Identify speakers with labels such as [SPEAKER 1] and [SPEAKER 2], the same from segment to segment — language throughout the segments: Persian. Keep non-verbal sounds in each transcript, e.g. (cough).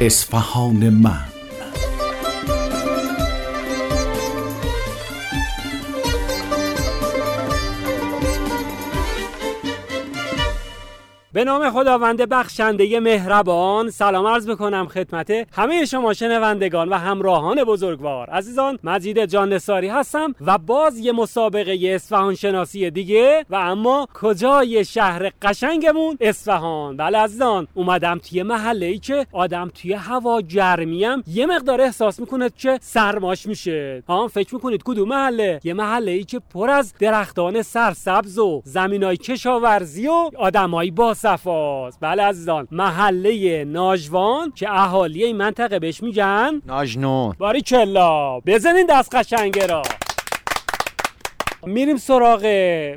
[SPEAKER 1] اصفهان من
[SPEAKER 2] به نام خداوند بخشنده مهربان سلام عرض میکنم خدمت همه شما شنوندگان و همراهان بزرگوار عزیزان مجید جان نصاری هستم و باز یه مسابقه اصفهان شناسی دیگه و اما کجای شهر قشنگمون اصفهان بله عزیزان اومدم توی محله ای که آدم توی هوا گرمیم یه مقدار احساس میکنه که سرماش میشه ها فکر میکنید کدوم محله یه محله ای که پر از درختان سرسبز و زمینای کشاورزی و آدمای با صفاست بله عزیزان محله ناجوان که اهالی این منطقه بهش میگن
[SPEAKER 3] ناجنون
[SPEAKER 2] باری کلا بزنین دست قشنگه را میریم سراغ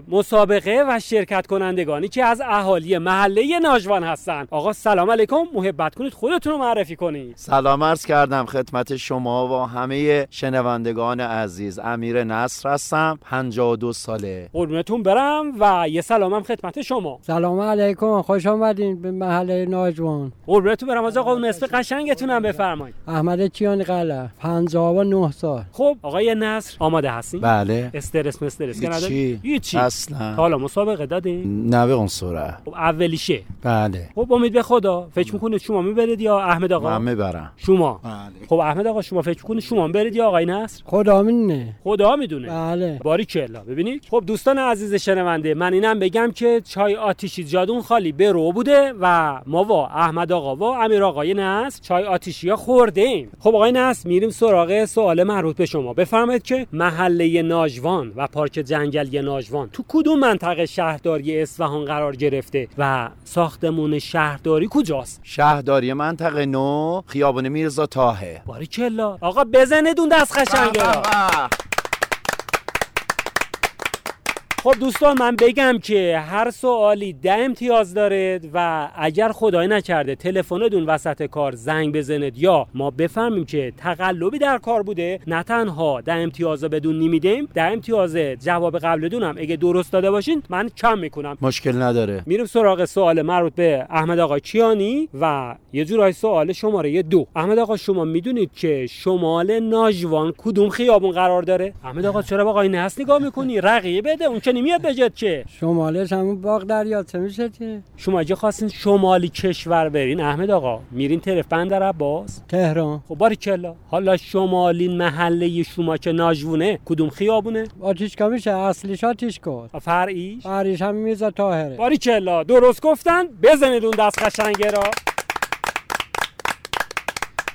[SPEAKER 2] مسابقه و شرکت کنندگانی که از اهالی محله ناجوان هستن آقا سلام علیکم محبت کنید خودتون رو معرفی کنید
[SPEAKER 3] سلام عرض کردم خدمت شما و همه شنوندگان عزیز امیر نصر هستم 52 ساله
[SPEAKER 2] قربونتون برم و یه سلامم خدمت شما
[SPEAKER 4] سلام علیکم خوش آمدین به محله ناجوان
[SPEAKER 2] قربونتون برم از آقا نصف قشنگتونم بفرمایید
[SPEAKER 4] احمد کیان قلعه 59 سال
[SPEAKER 2] خب آقای نصر آماده هستین
[SPEAKER 3] بله
[SPEAKER 2] استرس مسترس که نداری؟
[SPEAKER 3] هیچی
[SPEAKER 2] هیچی تا
[SPEAKER 3] اصلا
[SPEAKER 2] حالا مسابقه دادین
[SPEAKER 3] نه به اون سرعه
[SPEAKER 2] خب اولیشه
[SPEAKER 3] بله
[SPEAKER 2] خب امید به خدا فکر میکنه شما میبرید یا احمد آقا
[SPEAKER 3] من میبرم
[SPEAKER 2] شما
[SPEAKER 3] بله
[SPEAKER 2] خب احمد آقا شما فکر میکنه شما برید یا آقای نصر
[SPEAKER 4] خدا منه
[SPEAKER 2] خدا میدونه
[SPEAKER 4] بله
[SPEAKER 2] باری کلا ببینید خب دوستان عزیز شنونده من اینم بگم که چای آتیشی جادون خالی به رو بوده و ما و احمد آقا و امیر آقای نصر چای آتیشی ها خورده ایم خب آقای نصر میریم سراغ سوال مربوط به شما بفرمایید که محله ناجوان و پارک جنگلی ناجوان تو کدوم منطقه شهرداری اصفهان قرار گرفته و ساختمون شهرداری کجاست
[SPEAKER 3] شهرداری منطقه نو خیابان میرزا تاهه
[SPEAKER 2] باری کلا آقا بزنید اون دست قشنگه
[SPEAKER 3] بله،
[SPEAKER 2] را. خب دوستان من بگم که هر سوالی ده امتیاز دارد و اگر خدای نکرده تلفنتون وسط کار زنگ بزند یا ما بفهمیم که تقلبی در کار بوده نه تنها ده امتیاز رو بدون نمیدیم ده امتیاز جواب قبلتون هم اگه درست داده باشین من کم میکنم
[SPEAKER 3] مشکل نداره
[SPEAKER 2] میریم سراغ سوال مربوط به احمد آقا کیانی و یه جورای سوال شماره دو احمد آقا شما میدونید که شمال ناجوان کدوم خیابون قرار داره احمد آقا چرا به آقای نحس نگاه میکنی رقیه بده اون که نمیاد بجد که
[SPEAKER 4] شمالش همون باغ دریا چه میشه که
[SPEAKER 2] شما اگه خواستین شمالی کشور برین احمد آقا میرین طرف بندر عباس
[SPEAKER 4] تهران
[SPEAKER 2] خب باریکلا حالا شمالین محله شما که ناجوونه کدوم خیابونه
[SPEAKER 4] آتیشکا میشه اصلیش آتیشکا
[SPEAKER 2] فرعیش
[SPEAKER 4] بریش هم میزا تاهره
[SPEAKER 2] باریکلا درست گفتن بزنید اون دست قشنگه را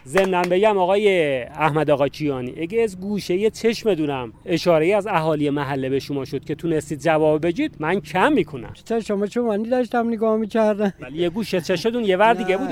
[SPEAKER 2] ضمناً بگم آقای احمد آقا کیانی اگه از گوشه یه چشم دونم اشاره از اهالی محله به شما شد که تونستید جواب بگید من کم میکنم
[SPEAKER 4] چه شما چوبانی داشتم نگاه میکردم
[SPEAKER 2] ولی یه گوشه چشدون یه ور دیگه بود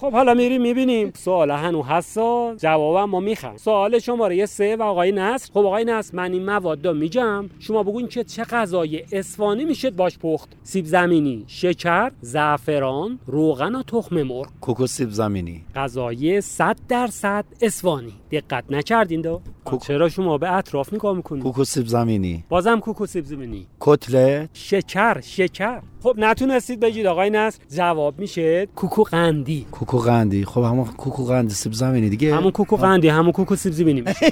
[SPEAKER 2] خب حالا میریم میبینیم سوال هنو هستا جوابم ما میخوام سوال شماره سه و آقای نصر خب آقای نصر من این مواد میگم شما بگوین که چه غذای اسفانی میشه باش پخت سیب زمینی شکر زعفران روغن و تخم مرغ
[SPEAKER 3] کوکو سیب زمینی
[SPEAKER 2] غذای 100 درصد اسفانی دقت نکردین دو
[SPEAKER 3] کوکو.
[SPEAKER 2] چرا شما به اطراف نگاه میکنید
[SPEAKER 3] کوکو سیب زمینی
[SPEAKER 2] بازم کوکو سیب زمینی
[SPEAKER 3] کتله
[SPEAKER 2] شکر شکر خب نتونستید بگید آقای نصر جواب میشه کوکو قندی
[SPEAKER 3] کوکو قندی خب همون کوکو قندی سیب زمینی دیگه
[SPEAKER 2] همون کوکو قندی همون کوکو سیب زمینی میشه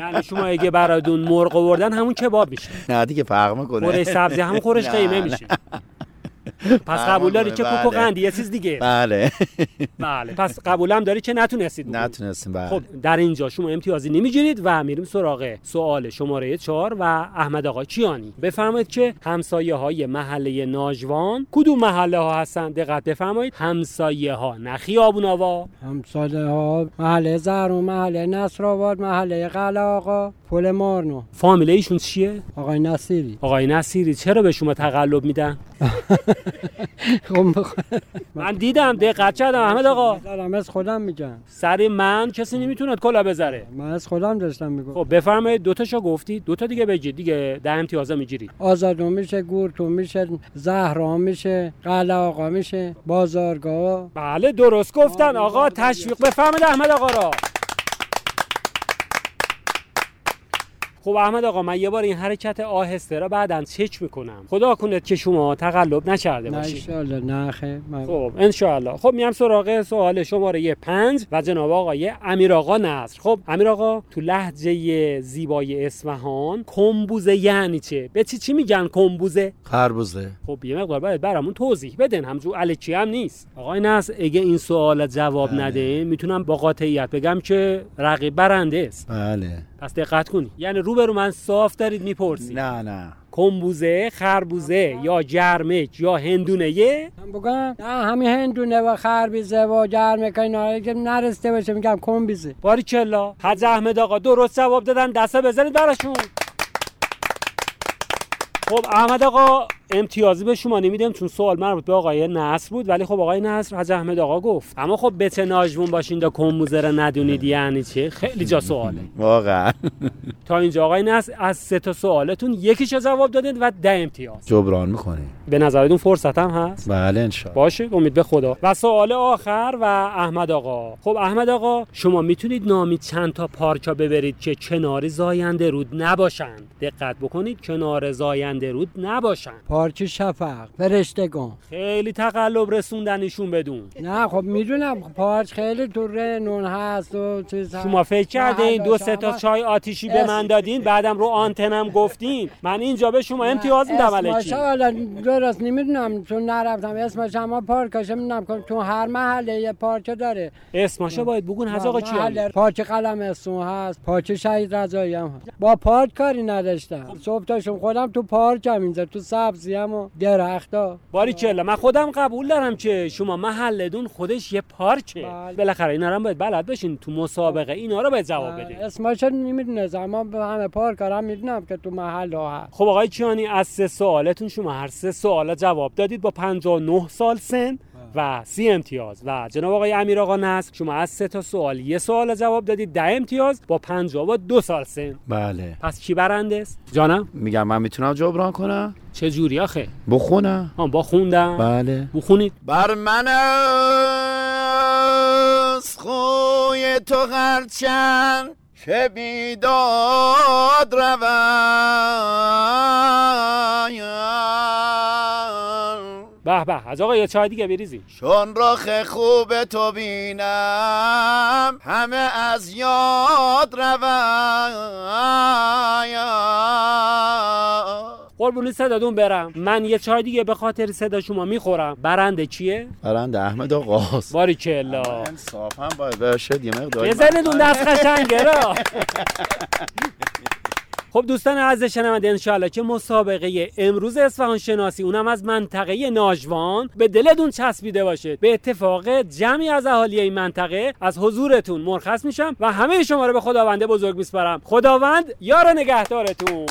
[SPEAKER 2] یعنی شما اگه برادون مرغ آوردن همون کباب میشه
[SPEAKER 3] نه دیگه فرق
[SPEAKER 2] خورش
[SPEAKER 3] میکنه
[SPEAKER 2] سبزی همون خورش
[SPEAKER 3] نه،
[SPEAKER 2] قیمه
[SPEAKER 3] نه.
[SPEAKER 2] میشه پس قبول داری که کوکو
[SPEAKER 3] بله.
[SPEAKER 2] قندی یه چیز دیگه
[SPEAKER 3] بله (laughs)
[SPEAKER 2] بله پس قبولم داری که نتونستید بگید.
[SPEAKER 3] نتونستیم بله
[SPEAKER 2] خب در اینجا شما امتیازی نمیگیرید و میریم سراغ سوال شماره 4 و احمد آقا کیانی بفرمایید که همسایه های محله ناجوان کدوم محله ها هستن دقت بفرمایید همسایه ها نه خیابون آوا
[SPEAKER 4] همساله ها محله زهرون محله نصر آباد محله قلعه آقا پل مارنو
[SPEAKER 2] فامیله ایشون چیه
[SPEAKER 4] آقای نصیری
[SPEAKER 2] آقای نصیری چرا به شما تقلب میدن
[SPEAKER 4] خب بخ-
[SPEAKER 2] من دیدم دقت کردم احمد آقا
[SPEAKER 4] دارم از خودم میگم
[SPEAKER 2] سر من کسی نمیتونه کلا بذاره
[SPEAKER 4] من از خودم داشتم میگم
[SPEAKER 2] خب بفرمایید دو تاشو گفتید دو تا دیگه بگید دیگه ده امتیازا میگیرید
[SPEAKER 4] آزادون میشه گورتون میشه زهران میشه قلعه آقا میشه بازارگاه
[SPEAKER 2] بله درست گفتن آقا تشویق بفهمید احمد آقا را خب احمد آقا من یه بار این حرکت آهسته را بعدا چک میکنم خدا کنه که شما تقلب نکرده
[SPEAKER 4] نه
[SPEAKER 2] باشید
[SPEAKER 4] ایشالله نه خیر من-
[SPEAKER 2] خب انشاءالله خب میام سراغ سوال شماره پنج و جناب آقای امیر آقا نصر خب امیر آقا تو لحجه زیبای اصفهان کمبوزه یعنی چه به چی چی میگن کمبوزه
[SPEAKER 3] خربوزه
[SPEAKER 2] خب یه مقدار باید برامون توضیح بدن همجور الکی هم نیست آقای نصر اگه این سوال جواب نده میتونم با قاطعیت بگم که رقیب برنده است
[SPEAKER 3] بله
[SPEAKER 2] پس دقت کنی یعنی رو من صاف دارید میپرسی
[SPEAKER 3] نه نه
[SPEAKER 2] کمبوزه خربوزه یا جرمک یا هندونه یه
[SPEAKER 4] من بگم نه همین هندونه و خربیزه و گرمه که اینا که نرسته باشه میگم کمبیزه
[SPEAKER 2] باریکلا حج احمد آقا درست جواب دادن دسته بزنید براشون خب احمد آقا امتیازی به شما نمیدم چون سوال مربوط به آقای نصر بود ولی خب آقای نصر حج احمد آقا گفت اما خب بته ناجوون باشین دا کموزه را ندونید یعنی چه خیلی جا سواله
[SPEAKER 3] واقعا
[SPEAKER 2] تا اینجا آقای نصر از سه تا سوالتون یکیشو جواب دادید و ده امتیاز
[SPEAKER 3] جبران میکنیم
[SPEAKER 2] به نظرتون فرصت هم هست
[SPEAKER 3] بله انشاءالله
[SPEAKER 2] باشه امید به خدا و سوال آخر و احمد آقا خب احمد آقا شما میتونید نامی چند تا پارکا ببرید که کنار زاینده رود نباشند دقت بکنید کنار زاینده رود نباشند
[SPEAKER 4] پارچه شفق فرشتگان
[SPEAKER 2] خیلی تقلب رسوندنشون بدون
[SPEAKER 4] نه خب میدونم پارچ خیلی تو نون هست و چیز هست.
[SPEAKER 2] شما فکر کرده این دو سه تا
[SPEAKER 4] بله، شما-
[SPEAKER 2] چای آتیشی به من دادین بعدم رو آنتنم گفتین من اینجا به شما امتیاز میدم
[SPEAKER 4] اسمش
[SPEAKER 2] الکی
[SPEAKER 4] حالا درست نمیدونم چون نرفتم اسمش اما پارکش نمیدونم کن تو هر محله یه پارچه داره
[SPEAKER 2] اسماشو باید بگون حاج آقا چی
[SPEAKER 4] محله- پارچه بله. قلم اسون هست پارچه شهید رضایی هم هست با پارک کاری
[SPEAKER 2] خب.
[SPEAKER 4] نداشتم صبح تاشم خودم تو پارک هم اینجا تو سبزی هم و درخت ها
[SPEAKER 2] باریکلا من خودم قبول دارم که شما محلتون خودش یه پارکه
[SPEAKER 4] بله.
[SPEAKER 2] بالاخره اینا رو هم باید بلد بشین تو مسابقه اینا رو باید جواب بدین
[SPEAKER 4] اسمش نمیدونست اما به همه پارک هم میدونم که تو محل ها هست
[SPEAKER 2] خب آقای کیانی از سه سوالتون شما هر سه سوال جواب دادید با 59 سال سن و سی امتیاز و جناب آقای امیر آقا نصر شما از سه تا سوال یه سوال جواب دادید ده امتیاز با 52 سال سن
[SPEAKER 3] بله
[SPEAKER 2] پس کی برنده است جانم
[SPEAKER 3] میگم من میتونم جبران کنم
[SPEAKER 2] چه جوری آخه
[SPEAKER 3] بخونم
[SPEAKER 2] آن با خوندم
[SPEAKER 3] بله
[SPEAKER 2] بخونید
[SPEAKER 3] بر من از خوی تو هرچند که بیداد روم
[SPEAKER 2] به به از آقا یه چای دیگه بریزی
[SPEAKER 3] چون رخ خوب تو بینم همه از یاد روم
[SPEAKER 2] قربون صداتون برم من یه چای دیگه به خاطر صدا شما میخورم برنده چیه
[SPEAKER 3] برند احمد آقاست
[SPEAKER 2] باریکلا
[SPEAKER 3] انصاف هم باید باشد یه مقداری
[SPEAKER 2] بزنید اون دست قشنگه را خب دوستان عزیز شنونده انشاءالله که مسابقه امروز اصفهان شناسی اونم از منطقه ناجوان به دلتون چسبیده باشه به اتفاق جمعی از اهالی این منطقه از حضورتون مرخص میشم و همه شما رو به خداونده بزرگ میسپارم خداوند یار و نگهدارتون